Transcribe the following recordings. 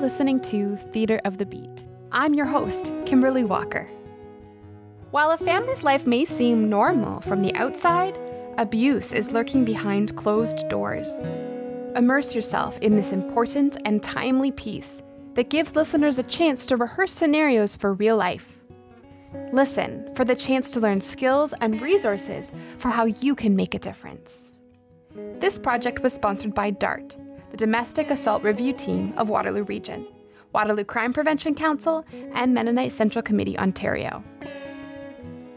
listening to Theater of the Beat. I'm your host, Kimberly Walker. While a family's life may seem normal from the outside, abuse is lurking behind closed doors. Immerse yourself in this important and timely piece that gives listeners a chance to rehearse scenarios for real life. Listen for the chance to learn skills and resources for how you can make a difference. This project was sponsored by DART, the Domestic Assault Review Team of Waterloo Region, Waterloo Crime Prevention Council, and Mennonite Central Committee Ontario.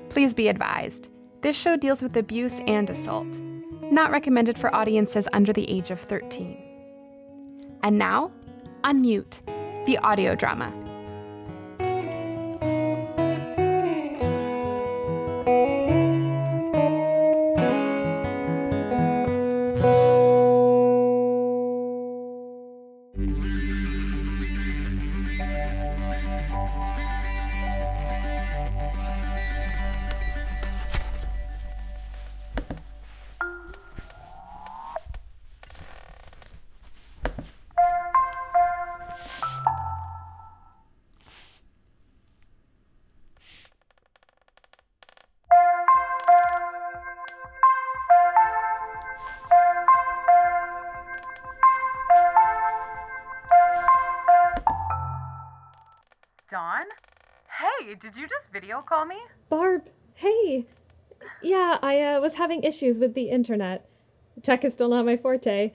Please be advised this show deals with abuse and assault, not recommended for audiences under the age of 13. And now, Unmute, the audio drama. Dawn? Hey, did you just video call me? Barb, hey. Yeah, I uh, was having issues with the internet. Tech is still not my forte.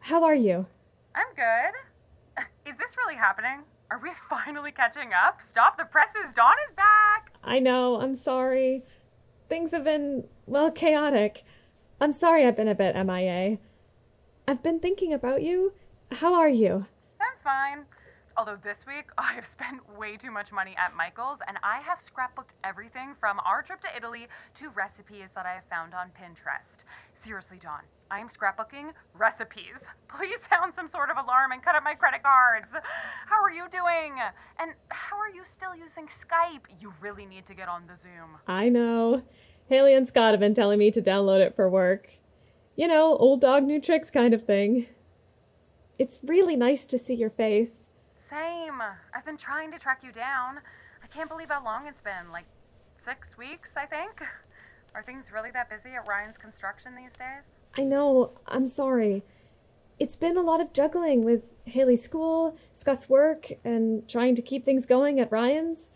How are you? I'm good. Is this really happening? Are we finally catching up? Stop the presses, Dawn is back! I know, I'm sorry. Things have been, well, chaotic. I'm sorry I've been a bit MIA. I've been thinking about you. How are you? I'm fine. Although this week, I have spent way too much money at Michael's, and I have scrapbooked everything from our trip to Italy to recipes that I have found on Pinterest. Seriously, Dawn, I'm scrapbooking recipes. Please sound some sort of alarm and cut up my credit cards. How are you doing? And how are you still using Skype? You really need to get on the Zoom. I know. Haley and Scott have been telling me to download it for work. You know, old dog, new tricks kind of thing. It's really nice to see your face. Same. I've been trying to track you down. I can't believe how long it's been like six weeks, I think. Are things really that busy at Ryan's construction these days? I know, I'm sorry. It's been a lot of juggling with Haley's school, Scott's work, and trying to keep things going at Ryan's.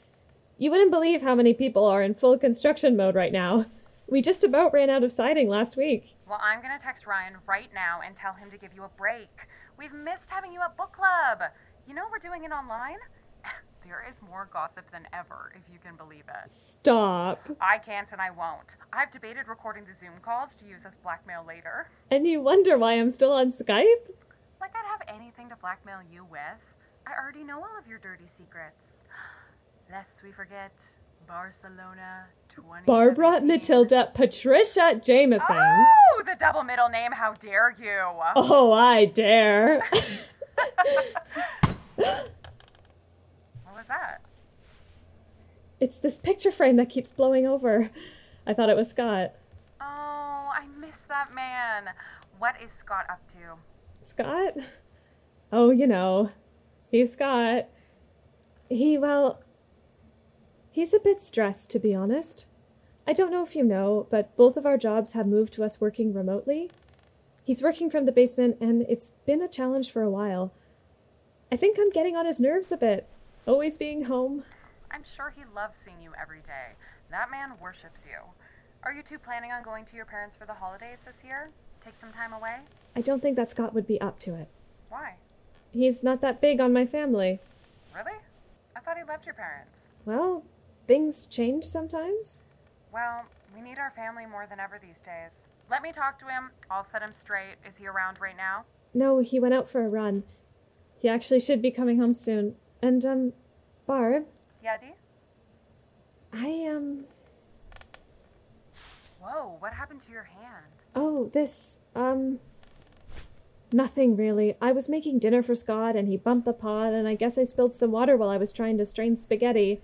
You wouldn't believe how many people are in full construction mode right now. We just about ran out of siding last week. Well, I'm gonna text Ryan right now and tell him to give you a break. We've missed having you at book club. You know we're doing it online? There is more gossip than ever, if you can believe it. Stop. I can't and I won't. I've debated recording the Zoom calls to use as blackmail later. And you wonder why I'm still on Skype? Like I'd have anything to blackmail you with. I already know all of your dirty secrets. Lest we forget, Barcelona 20. Barbara, Matilda, Patricia Jameson. Oh, the double middle name, how dare you? Oh, I dare. What was that? it's this picture frame that keeps blowing over. I thought it was Scott. Oh, I miss that man. What is Scott up to? Scott? Oh, you know, he's Scott. He, well, he's a bit stressed, to be honest. I don't know if you know, but both of our jobs have moved to us working remotely. He's working from the basement, and it's been a challenge for a while. I think I'm getting on his nerves a bit, always being home. I'm sure he loves seeing you every day. That man worships you. Are you two planning on going to your parents for the holidays this year? Take some time away? I don't think that Scott would be up to it. Why? He's not that big on my family. Really? I thought he loved your parents. Well, things change sometimes. Well, we need our family more than ever these days. Let me talk to him. I'll set him straight. Is he around right now? No, he went out for a run. He actually should be coming home soon. And, um, Barb, Yeah, D? I, um, Whoa, what happened to your hand? oh, this, um, nothing really. I was making dinner for Scott and he bumped the pot, and I guess I spilled some water while I was trying to strain spaghetti.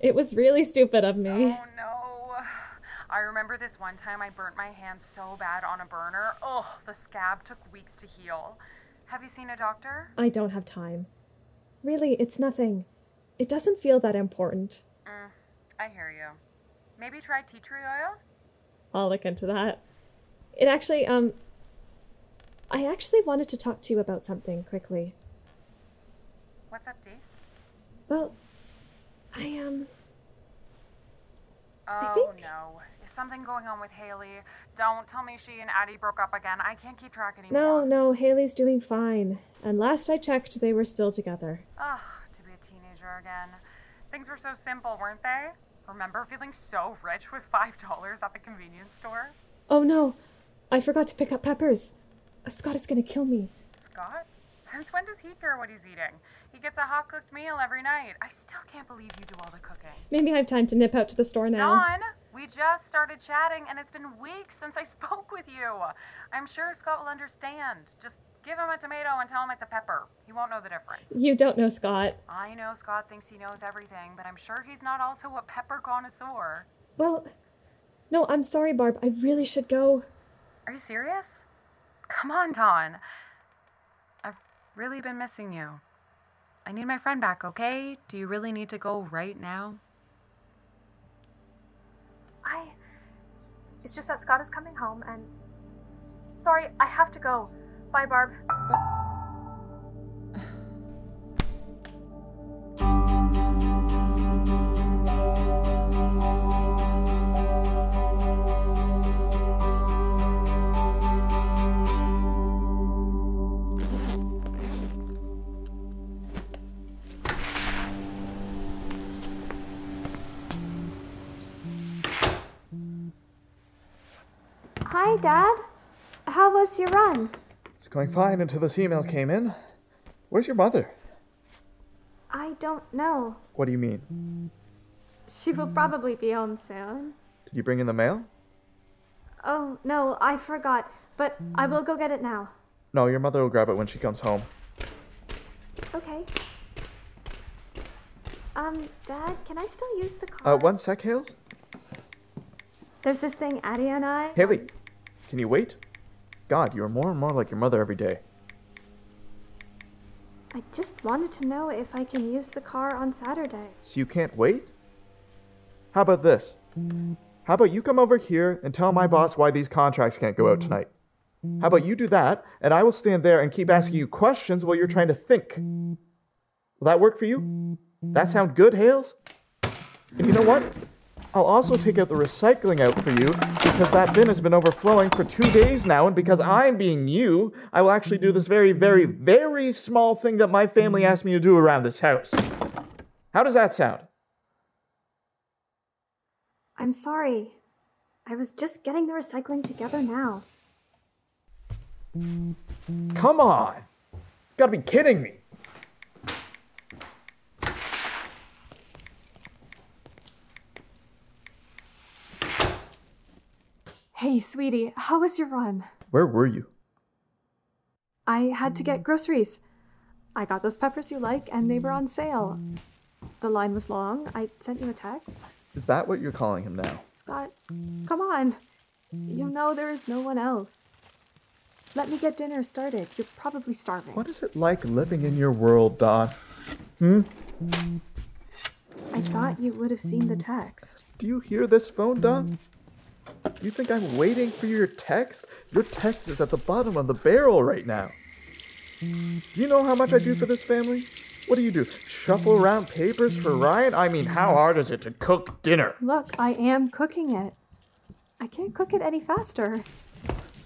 It was really stupid of me. Oh no. I remember this one time I burnt my hand so bad on a burner. Oh, the scab took weeks to heal. Have you seen a doctor? I don't have time. Really, it's nothing. It doesn't feel that important. Mm, I hear you. Maybe try tea tree oil? I'll look into that. It actually, um, I actually wanted to talk to you about something quickly. What's up, D? Well, I, um, Oh think- no. Is something going on with Haley? Don't tell me she and Addie broke up again. I can't keep track no, anymore. no, Haley's doing fine. And last I checked, they were still together. Ugh, to be a teenager again. Things were so simple, weren't they? Remember feeling so rich with $5 at the convenience store? Oh no, I forgot to pick up peppers. Scott is gonna kill me. Scott? Since when does he care what he's eating? He gets a hot cooked meal every night. I still can't believe you do all the cooking. Maybe I have time to nip out to the store now. Don, we just started chatting and it's been weeks since I spoke with you. I'm sure Scott will understand. Just give him a tomato and tell him it's a pepper. He won't know the difference. You don't know Scott. I know Scott thinks he knows everything, but I'm sure he's not also a pepper connoisseur. Well, no, I'm sorry, Barb. I really should go. Are you serious? Come on, Don. I've really been missing you. I need my friend back, okay? Do you really need to go right now? I. It's just that Scott is coming home and. Sorry, I have to go. Bye, Barb. Hi, Dad. How was your run? It's going fine until this email came in. Where's your mother? I don't know. What do you mean? She will probably be home soon. Did you bring in the mail? Oh, no, I forgot, but I will go get it now. No, your mother will grab it when she comes home. Okay. Um, Dad, can I still use the car? Uh, one sec, Hales. There's this thing Addie and I. Haley, can you wait? God, you are more and more like your mother every day. I just wanted to know if I can use the car on Saturday. So you can't wait? How about this? How about you come over here and tell my boss why these contracts can't go out tonight? How about you do that, and I will stand there and keep asking you questions while you're trying to think? Will that work for you? That sound good, Hales? And you know what? I'll also take out the recycling out for you because that bin has been overflowing for two days now, and because I'm being you, I will actually do this very, very, very small thing that my family asked me to do around this house. How does that sound? I'm sorry. I was just getting the recycling together now. Come on. You gotta be kidding me. Hey, sweetie, how was your run? Where were you? I had to get groceries. I got those peppers you like, and they were on sale. The line was long. I sent you a text. Is that what you're calling him now? Scott, come on. You know there is no one else. Let me get dinner started. You're probably starving. What is it like living in your world, Don? I thought you would have seen the text. Do you hear this phone, Don? You think I'm waiting for your text? Your text is at the bottom of the barrel right now. Do you know how much I do for this family? What do you do? Shuffle around papers for Ryan? I mean, how hard is it to cook dinner? Look, I am cooking it. I can't cook it any faster.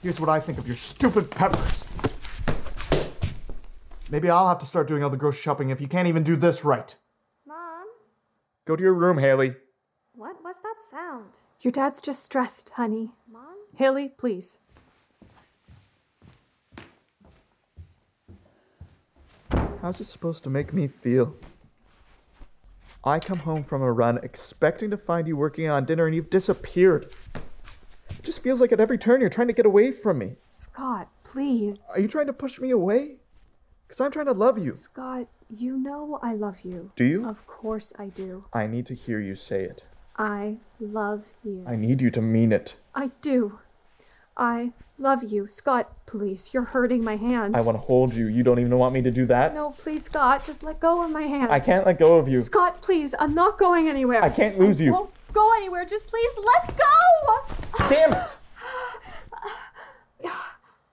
Here's what I think of your stupid peppers. Maybe I'll have to start doing all the grocery shopping if you can't even do this right. Mom, Go to your room, Haley. what was that sound? Your dad's just stressed, honey. Mom? Haley, please. How's this supposed to make me feel? I come home from a run expecting to find you working on dinner and you've disappeared. It just feels like at every turn you're trying to get away from me. Scott, please. Are you trying to push me away? Because I'm trying to love you. Scott, you know I love you. Do Oh. you? Of course I do. I need to hear you say it. I love you. I need you to mean it. I do. I love you. Scott, please, you're hurting my hands. I want to hold you. You don't even want me to do that. No, please, Scott, just let go of my hands. I can't let go of you. Scott, please, I'm not going anywhere. I can't lose you. Won't go anywhere. Just please let go. Damn it!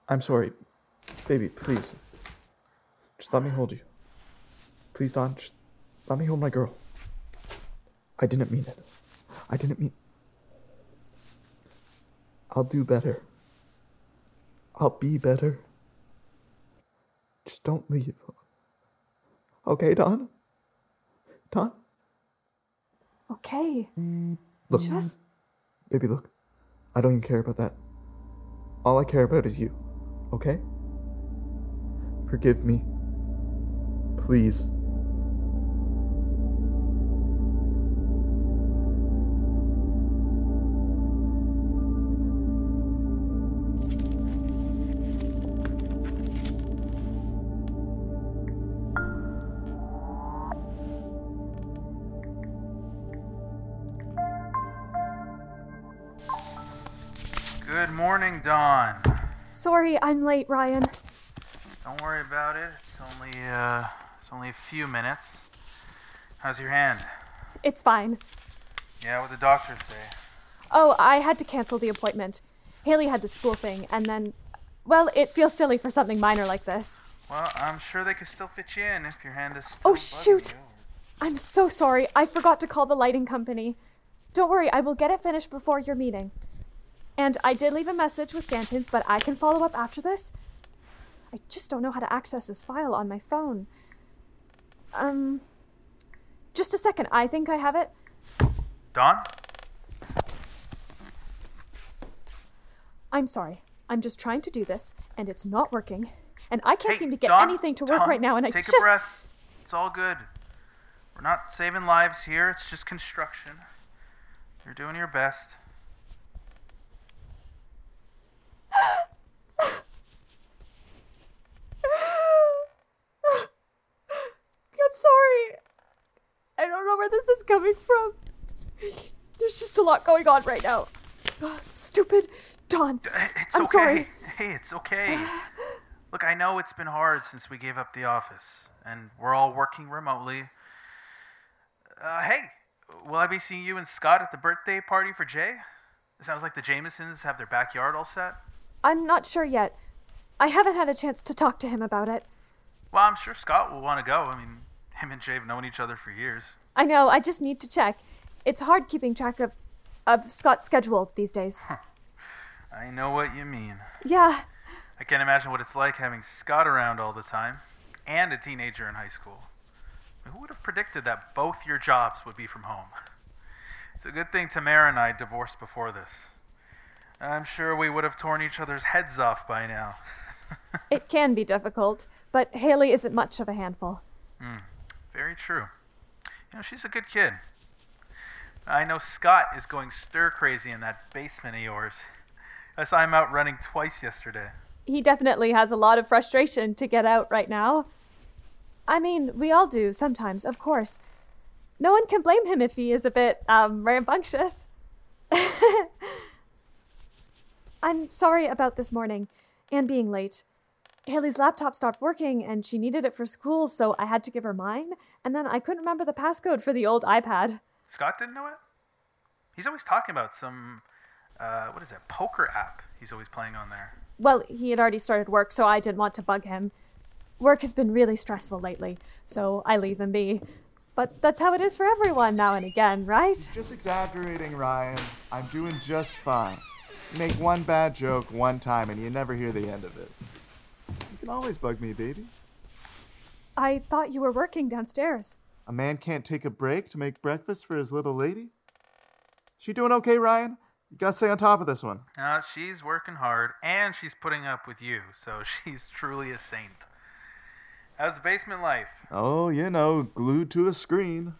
I'm sorry. Baby, please. Just let me hold you. Please, Don, just let me hold my girl. I didn't mean it. I didn't mean. I'll do better. I'll be better. Just don't leave. Okay, Don? Don? Okay. Look. Just Baby, look. I don't even care about that. All I care about is you. Okay? Forgive me. Please. Good morning, Dawn. sorry I'm late, Ryan. Don't worry about it. It's only uh, it's only a few minutes. How's your hand? It's fine. Yeah, what the doctor say? Oh, I had to cancel the appointment. Haley had the school thing, and then, well, it feels silly for something minor like this. Well, I'm sure they could still fit you in if your hand is. Still Oh, bugging shoot. you. I'm so sorry. I forgot to call the lighting company. Don't worry, I will get it finished before your meeting. And I did leave a message with Stanton's, but I can follow up after this. I just don't know how to access this file on my phone. Um, just a second. I think I have it. Dawn, I'm sorry. I'm just trying to do this, and it's not working. And I can't Hey, seem to get Dawn, anything to work Dawn, right now, and I take just. a breath. It's all good. We're not saving lives here. It's just construction. You're doing your best. I'm sorry. I don't know where this is coming from. There's just a lot going on right now. Stupid Don. Uh, It's I'm okay. sorry. Hey, it's okay. Look, I know it's been hard since we gave up the office, and we're all working remotely. Uh, hey, will I be seeing you and Scott at the birthday party for Jay? It sounds like the Jamesons have their backyard all set. I'm not sure yet. I haven't had a chance to talk to him about it. Well, I'm sure Scott will want to go. I mean, him and Jay have known each other for years. I know, I just need to check. It's hard keeping track of of Scott's schedule these days. I know what you mean. yeah. I can't imagine what it's like having Scott around all the time and a teenager in high school. I mean, Who would have predicted that both your jobs would be from home? It's a good thing Tamara and I divorced before this. I'm sure we would have torn each other's heads off by now. It can be difficult, but Haley isn't much of a handful. Very true. You know, she's a good kid. I know Scott is going stir crazy in that basement of yours. I saw him out running twice yesterday. He definitely has a lot of frustration to get out right now. I mean, we all do sometimes, of course. No one can blame him if he is a bit um, rambunctious. I'm sorry about this morning and being late. Haley's laptop stopped working and she needed it for school, so I had to give her mine, and then I couldn't remember the passcode for the old iPad. Scott didn't know it? He's always talking about some, uh, what is that, poker app he's always playing on there. Well, he had already started work, so I didn't want to bug him. Work has been really stressful lately, so I leave him be. But that's how it is for everyone now and again, right? Just exaggerating, Ryan. I'm doing just fine. You make one bad joke one time and you never hear the end of it. You can always bug me, baby. I thought you were working downstairs. A man can't take a break to make breakfast for his little lady. She doing okay, Ryan? You gotta stay on top of this one. Uh, she's working hard and she's putting up with you, so she's truly a saint. How's the basement life? Oh, you know, glued to a screen.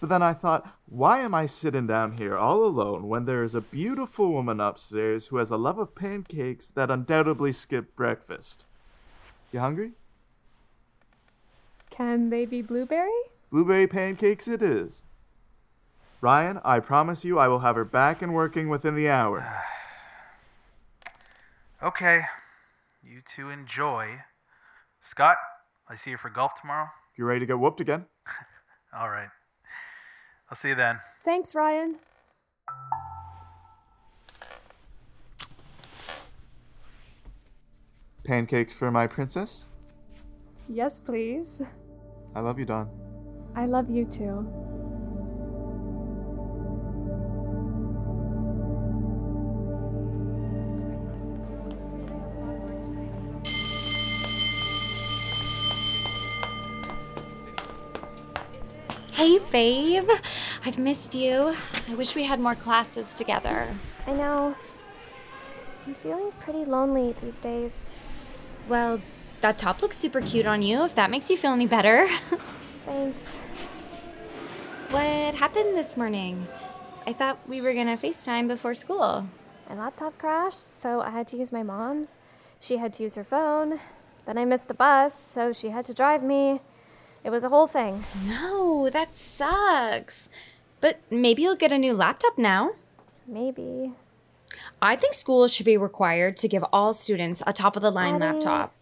But then I thought, why am I sitting down here all alone when there is a beautiful woman upstairs who has a love of pancakes that undoubtedly skipped breakfast? You hungry? Can they be blueberry? Blueberry pancakes it is. Ryan, I promise you I will have her back and working within the hour. Okay. You two enjoy. Scott, I see you for golf tomorrow. You ready to get whooped again? All right. I'll see you then. Thanks, Ryan. Pancakes for my princess? Yes, please. I love you, Don. I love you too. Hey, babe. I've missed you. I wish we had more classes together. I know. I'm feeling pretty lonely these days. Well, that top looks super cute on you, if that makes you feel any better. Thanks. what happened this morning? I thought we were gonna FaceTime before school. My laptop crashed, so I had to use my mom's. She had to use her phone. Then I missed the bus, so she had to drive me. It was a whole thing. No, that sucks. But maybe you'll get a new laptop now. Maybe. I think schools should be required to give all students a top of the line Got it. laptop.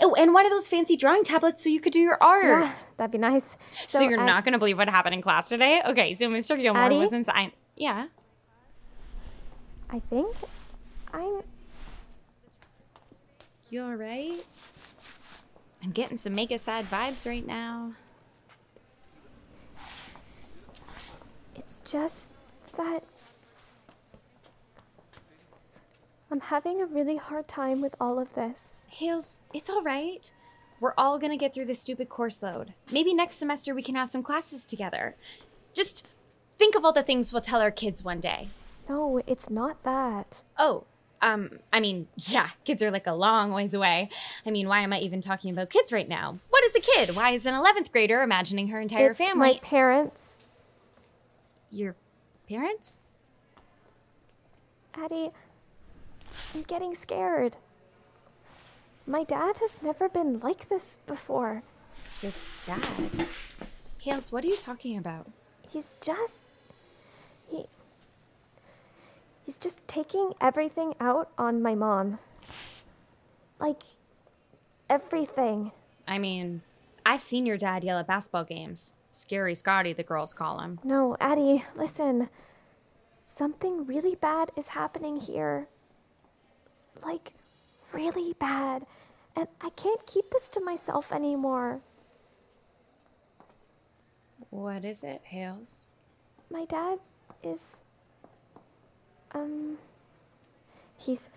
Oh, and one of those fancy drawing tablets so you could do your art. Yeah, that'd be nice. So, you're I- not going to believe what happened in class today? Okay, so Mr. Gilmore Addie? was inside. Yeah. I think I'm. You all right? I'm getting some mega sad vibes right now. It's just that. I'm having a really hard time with all of this. Hales, it's all right. We're all going to get through this stupid course load. Maybe next semester we can have some classes together. Just think of all the things we'll tell our kids one day. No, it's not that. Oh, um, I mean, yeah, kids are like a long ways away. I mean, why am I even talking about kids right now? What is a kid? Why is an 11th grader imagining her entire it's family? my parents. Your parents? Addie, I'm getting scared. My dad has never been like this before. Your dad? Hales, what are you talking about? He's just. He. He's just taking everything out on my mom. Like, everything. I mean, I've seen your dad yell at basketball games. Scary Scotty, the girls call him. No, Addie, listen. Something really bad is happening here. Like, really bad. And I can't keep this to myself anymore. What is it, Hales? My dad is. Um. He's.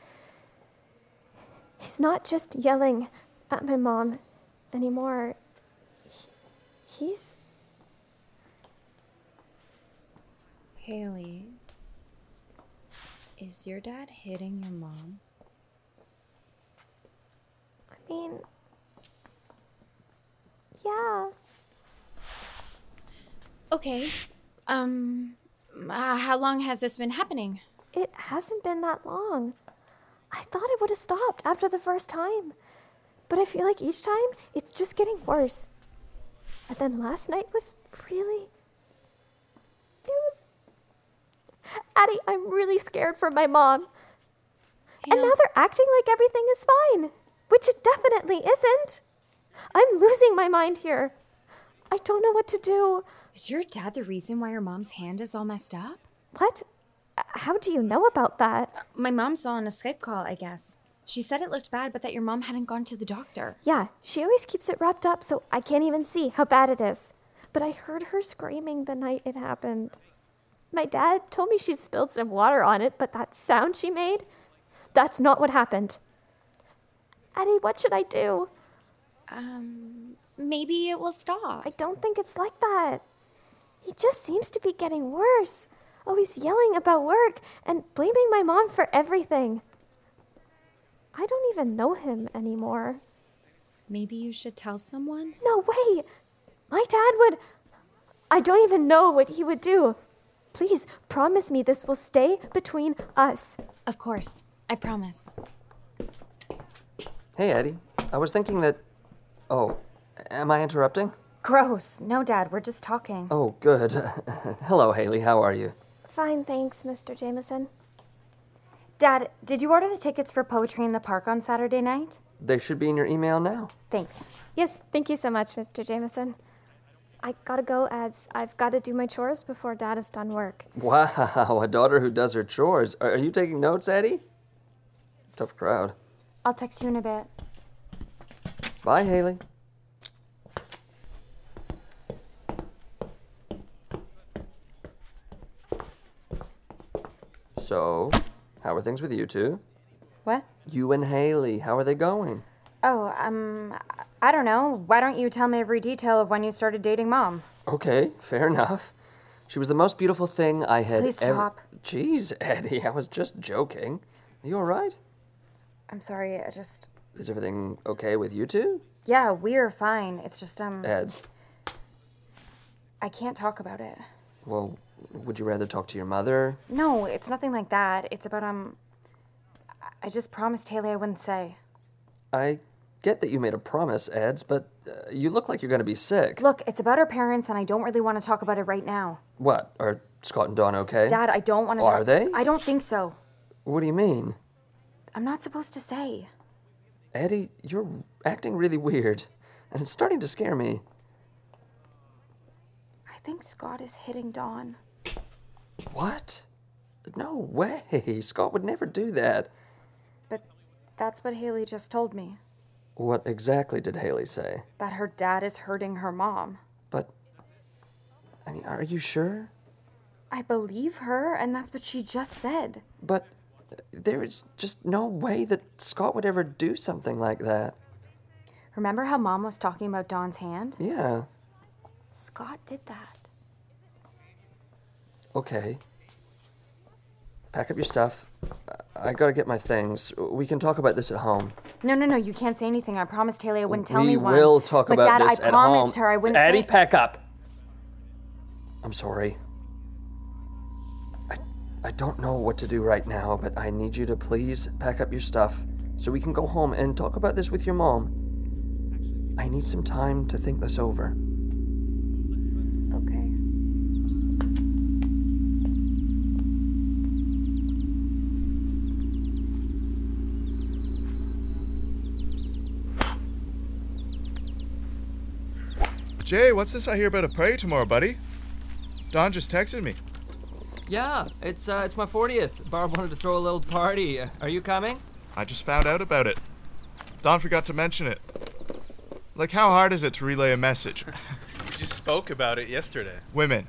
He's not just yelling at my mom anymore. He, he's. Haley, is your dad hitting your mom? I mean. Yeah. Okay. Um, uh, how long has this been happening? It hasn't been that long. I thought it would have stopped after the first time. But I feel like each time it's just getting worse. And then last night was really. It was. Addie, I'm really scared for my mom. And now Hales- they're acting like everything is fine, which it definitely isn't. I'm losing my mind here. I don't know what to do. Is your dad the reason why your mom's hand is all messed up? What? Uh, How do you know about that? My mom saw on a Skype call, I guess. She said it looked bad, but that your mom hadn't gone to the doctor. Yeah, she always keeps it wrapped up so I can't even see how bad it is. But I heard her screaming the night it happened. My dad told me she'd spilled some water on it, but that sound she made, that's not what happened. Eddie, what should I do? Um, maybe it will stop. I don't think it's like that. He just seems to be getting worse. Always yelling about work and blaming my mom for everything. I don't even know him anymore. Maybe you should tell someone? No way! My dad would. I don't even know what he would do. Please promise me this will stay between us. Of course. I promise. Hey, Eddie. I was thinking that. Oh, am I interrupting? Gross. No, Dad, we're just talking. Oh, good. Hello, Haley. How are you? Fine, thanks, Mr. Jameson. Dad, did you order the tickets for Poetry in the Park on Saturday night? They should be in your email now. Thanks. Yes, thank you so much, Mr. Jameson. I gotta go as I've gotta do my chores before Dad is done work. Wow, a daughter who does her chores. Are, are you taking notes, Eddie? Tough crowd. I'll text you in a bit. Bye, Haley. So, how are things with you two? What? You and Haley, how are they going? Oh, um, I don't know. Why don't you tell me every detail of when you started dating mom? Okay, fair enough. She was the most beautiful thing I had Please ever. stop. Jeez, Eddie, I was just joking. Are you alright? I'm sorry, I just. Is everything okay with you two? Yeah, we're fine. It's just, um, Ed, I can't talk about it. well, would you rather talk to your mother? No, it's nothing like that. It's about, um, I- I just promised Haley I wouldn't say. I get that you made a promise, Eds, but uh, you look like you're gonna be sick. Look, it's about our parents, and I don't really want to talk about it right now. What? Are Scott and Dawn okay? Dad, I don't want to. Are they? I don't think so. What do you mean? I'm not supposed to say. Eddie, you're acting really weird, and it's starting to scare me. I think Scott is hitting Dawn. What? No way. Scott would never do that. But that's what Haley just told me What exactly did Haley say? that her dad is hurting her mom. But, I mean, are you sure? I believe her, and that's what she just said. But uh, there is just no way that Scott would ever do something like that. Remember how mom was talking about Dawn's hand? Yeah, Scott did that. okay. Pack up your stuff. I- I gotta get my things. We can talk about this at home. No, no, no, you can't say anything. I promised Haley I wouldn't tell we anyone. will talk but about Dad, this I at home. promised her I wouldn't Addie, say... pack up. I'm sorry. I, I don't know what to do right now, but I need you to please pack up your stuff so we can go home and talk about this with your mom. I need some time to think this over. Okay. Jay, what's this I hear about a party tomorrow, buddy? Don just texted me. Yeah, it's uh, it's my 40th. Barb wanted to throw a little party. Are you coming? I just found out about it. Don forgot to mention it. Like, how hard is it to relay a message? We just spoke about it yesterday. Women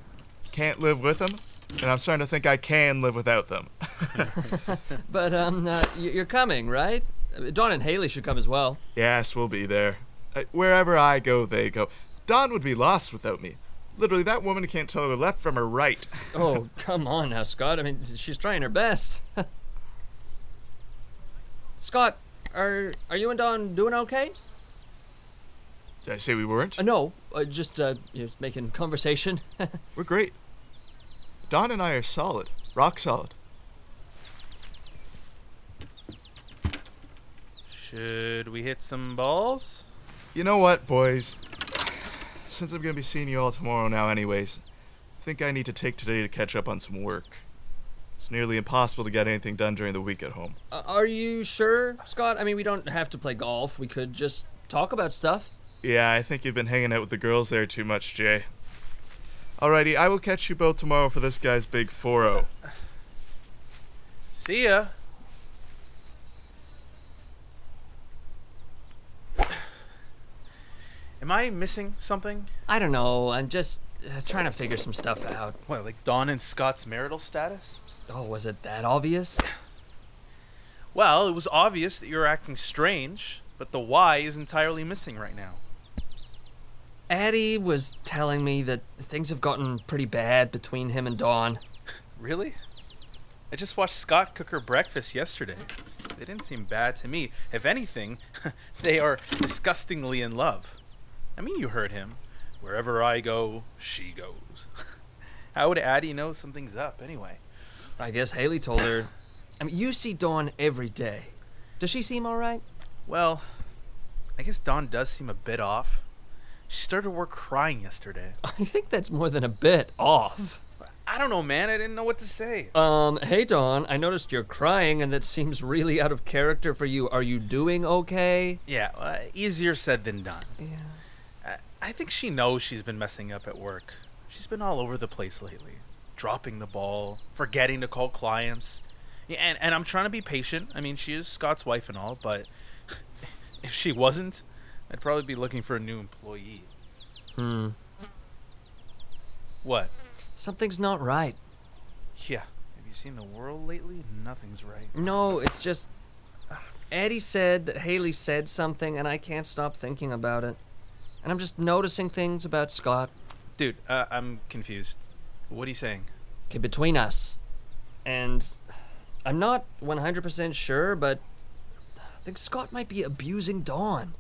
can't live with them, and I'm starting to think I can live without them. But um, uh, y- you're coming, right? Uh, Dawn and Haley should come as well. Yes, we'll be there. Uh, Wherever I go, they go. Don would be lost without me. Literally, that woman can't tell her left from her right. Oh, come on now, Scott. I mean, she's trying her best. Scott, are are you and Don doing okay? Did I say we weren't? Uh, no, uh, just uh, you know, just making conversation. We're great. Don and I are solid, rock solid. Should we hit some balls? You know what, boys? Since I'm gonna be seeing you all tomorrow now, anyways, I think I need to take today to catch up on some work. It's nearly impossible to get anything done during the week at home. Uh, are you sure, Scott? I mean, we don't have to play golf. We could just talk about stuff. Yeah, I think you've been hanging out with the girls there too much, Jay. Alrighty, I will catch you both tomorrow for this guy's big oh. 4 0. See ya. Am I missing something? I don't know. I'm just uh, trying to figure some stuff out. What, like Dawn and Scott's marital status? Oh, was it that obvious? Well, it was obvious that you were acting strange, but the why is entirely missing right now. Addie was telling me that things have gotten pretty bad between him and Dawn. Really? I just watched Scott cook her breakfast yesterday. They didn't seem bad to me. If anything, they are disgustingly in love. I mean, you heard him. Wherever I go, she goes. How would Addie know something's up anyway? I guess Haley told her. I mean, you see Dawn every day. Does she seem all right? Well, I guess Dawn does seem a bit off. She started work crying yesterday. I think that's more than a bit off. I don't know, man. I didn't know what to say. Um, hey Dawn, I noticed you're crying and that seems really out of character for you. Are you doing okay? Yeah, uh, easier said than done. Yeah. I, I think she knows she's been messing up at work. She's been all over the place lately, dropping the ball, forgetting to call clients. Yeah, and, and I'm trying to be patient. I mean, she is Scott's wife and all, but if she wasn't, I'd probably be looking for a new employee. Hmm. What? Something's not right. Yeah. Have you seen the world lately? Nothing's right. No, it's just Eddie said that Haley said something and I can't stop thinking about it. And I'm just noticing things about Scott. Dude, uh, I'm confused. What are you saying? Okay, between us. And I'm not 100% sure, but I think Scott might be abusing Dawn.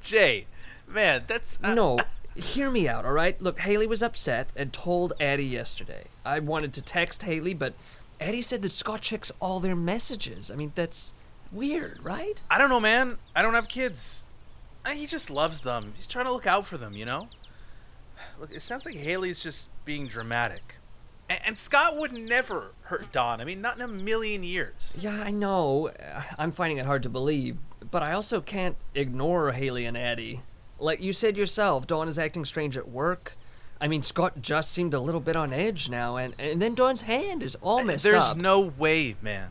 Jay, man, that's. uh, No, hear me out, all right? Look, Haley was upset and told Addie yesterday. I wanted to text Haley, but Addie said that Scott checks all their messages. I mean, that's weird, right? I don't know, man. I don't have kids. Uh, He just loves them. He's trying to look out for them, you know? Look, it sounds like Haley's just being dramatic. And, and Scott would never hurt Don. I mean, not in a million years. Yeah, I know. uh, I'm finding it hard to believe, but I also can't ignore Haley and Addie. Like you said yourself, Dawn is acting strange at work. I mean, Scott just seemed a little bit on edge now, and, and then Dawn's hand is all messed There's up. no way, man.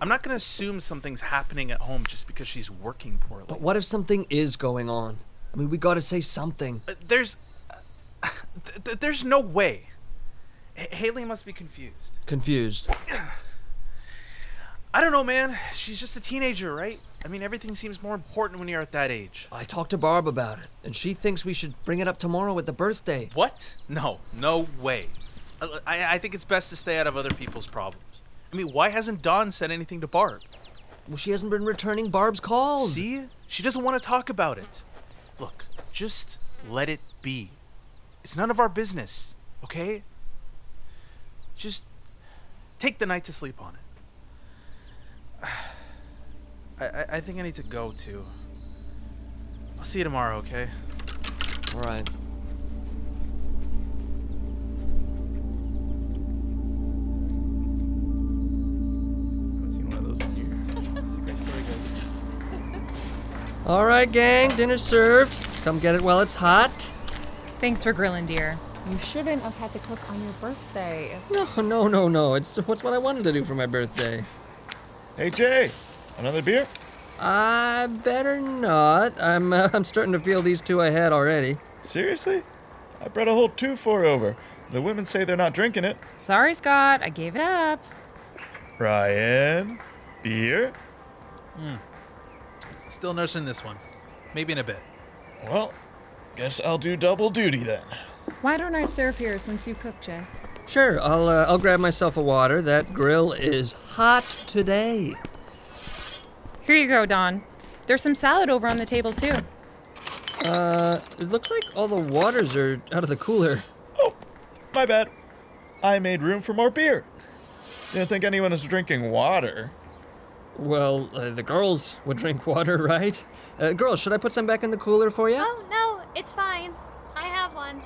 I'm not going to assume something's happening at home just because she's working poorly. but what if something is going on? I mean, we gotta say something. Uh, There's. uh, th- th- there's no way. H- Haley must be confused. Confused. I don't know, man. She's just a teenager, right? I mean, everything seems more important when you're at that age. I talked to Barb about it, and she thinks we should bring it up tomorrow at the birthday. What? No, no way. I, I- I think it's best to stay out of other people's problems. I mean, why hasn't Dawn said anything to Barb? Well, she hasn't been returning Barb's calls. See? She doesn't want to talk about it. Look, just let it be. It's none of our business, okay? Just take the night to sleep on it. I, I, I think I need to go too. I'll see you tomorrow, okay? All right. All right, gang, dinner served. Come get it while it's hot. Thanks for grilling, dear. You shouldn't have had to cook on your birthday. No, no, no, no. It's what's what I wanted to do for my birthday. Hey, Jay, another beer? I better not. I'm uh, I'm starting to feel these two I had already. Seriously? I brought a whole two four over. The women say they're not drinking it. Sorry, Scott. I gave it up. Ryan, beer? Still nursing this one. Maybe in a bit. Well, guess I'll do double duty then. Why don't I serve here since you cook, Jay? Sure, I'll uh, I'll grab myself a water. That grill is hot today. Here you go, Don. There's some salad over on the table, too. It looks like all the waters are out of the cooler. Oh, my bad. I made room for more beer. Didn't think anyone was drinking water. Well, uh, the girls would drink water, right? Uh, girls, should I put some back in the cooler for you? Oh, no, it's fine. I have one.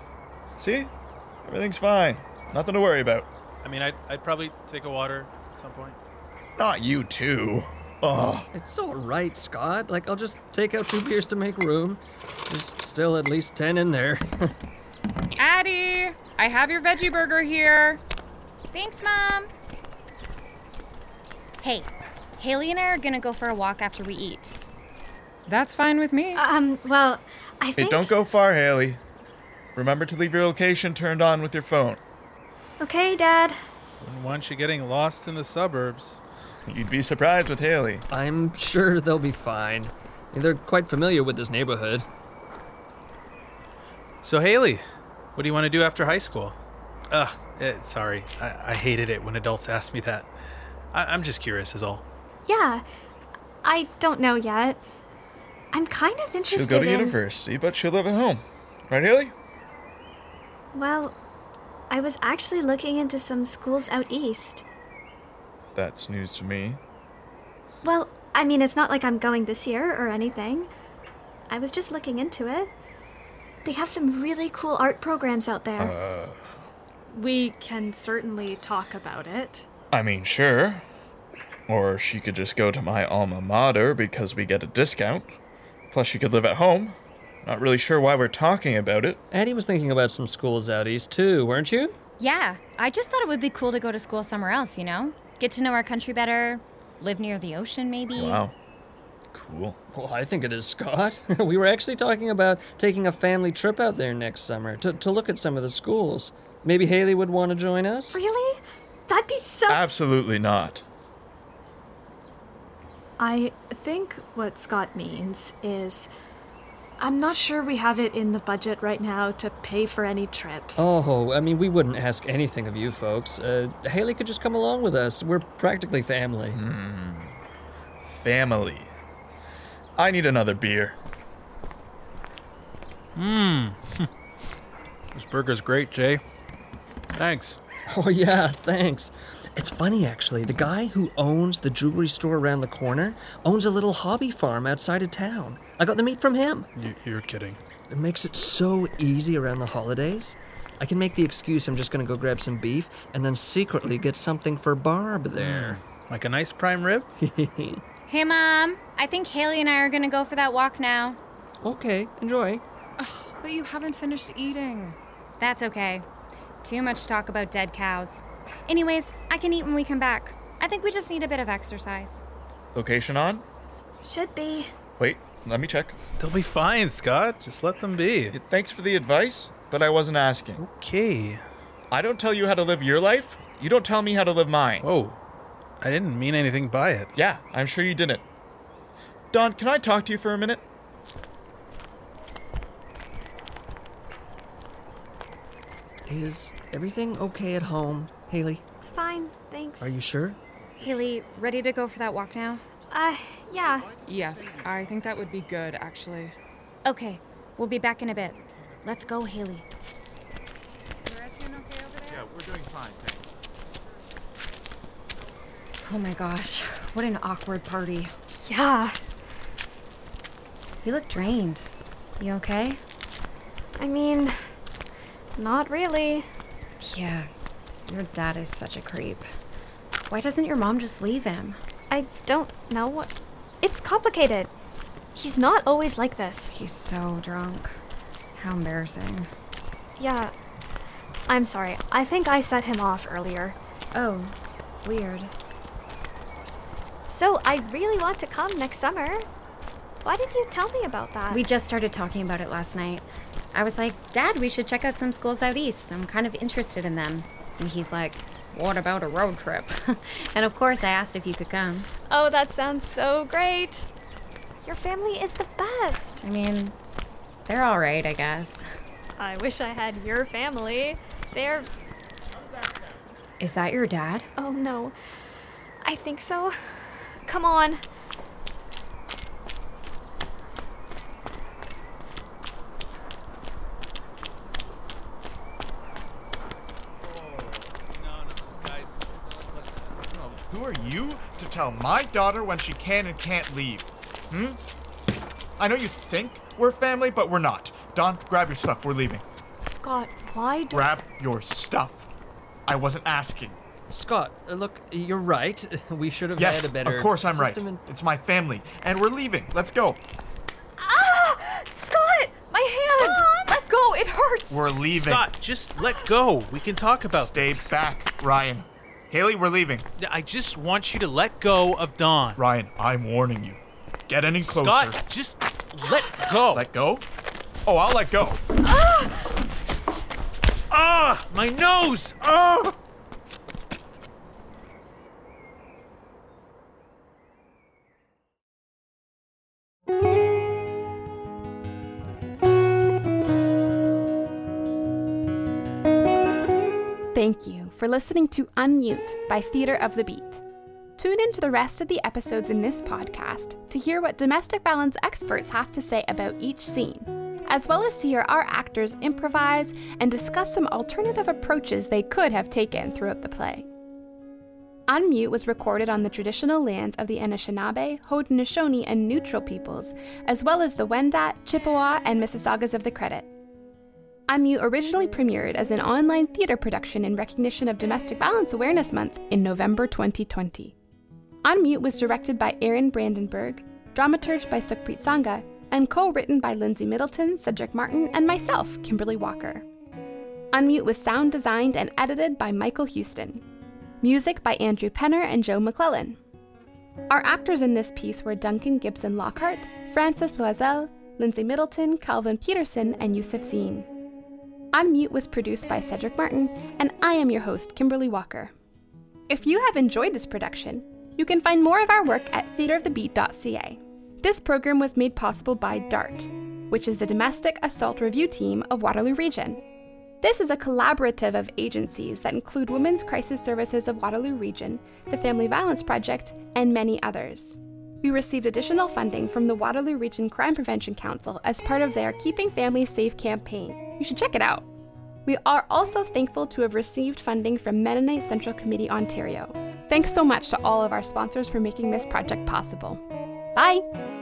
See? Everything's fine. Nothing to worry about. I mean, I'd, I'd probably take a water at some point. Not you two. Ugh. It's all right, Scott. Like, I'll just take out two beers to make room. There's still at least ten in there. Addie, I have your veggie burger here. Thanks, Mom. Hey, Haley and I are gonna go for a walk after we eat. That's fine with me. Um, well, I Hey, think. don't go far, Haley. Remember to leave your location turned on with your phone. Okay, Dad. Once you're getting lost in the suburbs. You'd be surprised with Haley. I'm sure they'll be fine. They're quite familiar with this neighborhood. So, Haley, what do you want to do after high school? Ugh, eh, sorry. I, I hated it when adults asked me that. I, I'm just curious, is all. Yeah. I don't know yet. I'm kind of interested She'll go to in. university, but she'll live at home. Right, Haley? Well, I was actually looking into some schools out east. That's news to me. Well, I mean, it's not like I'm going this year or anything. I was just Uh. looking into it. They have some really cool art programs out there. We can certainly talk about it. I mean, sure. Or she could just go to my alma mater because we get a discount. Plus, she could live at home. Not really sure why we're talking about it. Addie was thinking about some schools out east too, weren't you? Yeah, I just thought it would be cool to go to school somewhere else, you know? Get to know our country better, live near the ocean, maybe. Wow. Cool. Well, I think it is, Scott. we were actually talking about taking a family trip out there next summer to, to look at some of the schools. Maybe Haley would want to join us? Really? That'd be so. Absolutely not. I think what Scott means is I'm not sure we have it in the budget right now to pay for any trips. Oh, I mean, we wouldn't ask anything of you folks. Uh, Haley could just come along with us. We're practically family. Family. I need another beer. Mmm. this burger's great, Jay. Thanks. Oh, yeah, thanks. It's funny, actually. The guy who owns the jewelry store around the corner owns a little hobby farm outside of town. I got the meat from him. You, you're kidding. It makes it so easy around the holidays. I can make the excuse I'm just going to go grab some beef and then secretly get something for Barb there. Like a nice prime rib? Hey, Mom, I think Haley and I are gonna go for that walk now. Okay, enjoy. But you haven't finished eating. That's okay. Too much talk about dead cows. Anyways, I can eat when we come back. I think we just need a bit of exercise. Location on? Should be. Wait, let me check. They'll be fine, Scott. Just let them be. Thanks for the advice, but I wasn't asking. Okay. I don't tell you how to live your life. You don't tell me how to live mine. Whoa. I didn't mean anything by it. Yeah, I'm sure you didn't. Don, can I talk to you for a minute? Is everything okay at home, Haley? Fine, thanks. Are you sure? Haley, ready to go for that walk now? Uh, yeah. Yes, I think that would be good, actually. Okay, we'll be back in a bit. Let's go, Haley. Yeah, we're doing fine, thanks. Oh my gosh, what an awkward party. Yeah. You look drained. You okay? I mean, not really. Yeah, your dad is such a creep. Why doesn't your mom just leave him? I don't know what. It's complicated. He's not always like this. He's so drunk. How embarrassing. Yeah. I'm sorry. I think I set him off earlier. Oh, weird. So I really want to come next summer. Why didn't you tell me about that? We just started talking about it last night. I was like, Dad, we should check out some schools out east. I'm kind of interested in them. And he's like, What about a road trip? and of course, I asked if you could come. Oh, that sounds so great. Your family is the best. I mean, they're all right, I guess. I wish I had your family. They're. Is that your dad? Oh no. I think so. Come on. Who are you to tell my daughter when she can and can't leave? Hmm? I know you think we're family, but we're not. Don, grab your stuff. We're leaving. Scott, why do. Grab your stuff. I wasn't asking. Scott, uh, look, you're right. We should have Yes, had a better. of course I'm right. system in- It's my family, and we're leaving. Let's go. Ah! Scott! My hand! Let go! It hurts! We're leaving. Scott, just let go. We can talk about Stay back, Ryan. Haley, we're leaving. I just want you to let go of Dawn. Ryan, I'm warning you. Get any closer. Scott, just let go. Let go? Oh, I'll let go. Ah, my nose. Ah. Thank you for listening to Unmute by Theatre of the Beat. Tune in to the rest of the episodes in this podcast to hear what domestic violence experts have to say about each scene, as well as to hear our actors improvise and discuss some alternative approaches they could have taken throughout the play. Unmute was recorded on the traditional lands of the Anishinaabe, Haudenosaunee, and Neutral peoples, as well as the Wendat, Chippewa, and Mississaugas of the Credit. IMU originally premiered as an online theater production in recognition of Domestic Violence Awareness Month in November 2020. On Mute was directed by Aaron Brandenburg, dramaturged by Sukhpreet Sangha, and co written by Lindsay Middleton, Cedric Martin, and myself, Kimberly Walker. On Mute was sound designed and edited by Michael Houston. Music by Andrew Penner and Joe McClellan. Our actors in this piece were Duncan Gibson Lockhart, Francis Loisel, Lindsay Middleton, Calvin Peterson, and Yusuf Zine. On Mute was produced by Cedric Martin, and I am your host, Kimberly Walker. If you have enjoyed this production, you can find more of our work at theaterofthebeat.ca. This program was made possible by DART, which is the Domestic Assault Review Team of Waterloo Region. This is a collaborative of agencies that include Women's Crisis Services of Waterloo Region, the Family Violence Project, and many others. We received additional funding from the Waterloo Region Crime Prevention Council as part of their Keeping Families Safe campaign. You should check it out. We are also thankful to have received funding from Mennonite Central Committee Ontario. Thanks so much to all of our sponsors for making this project possible. Bye!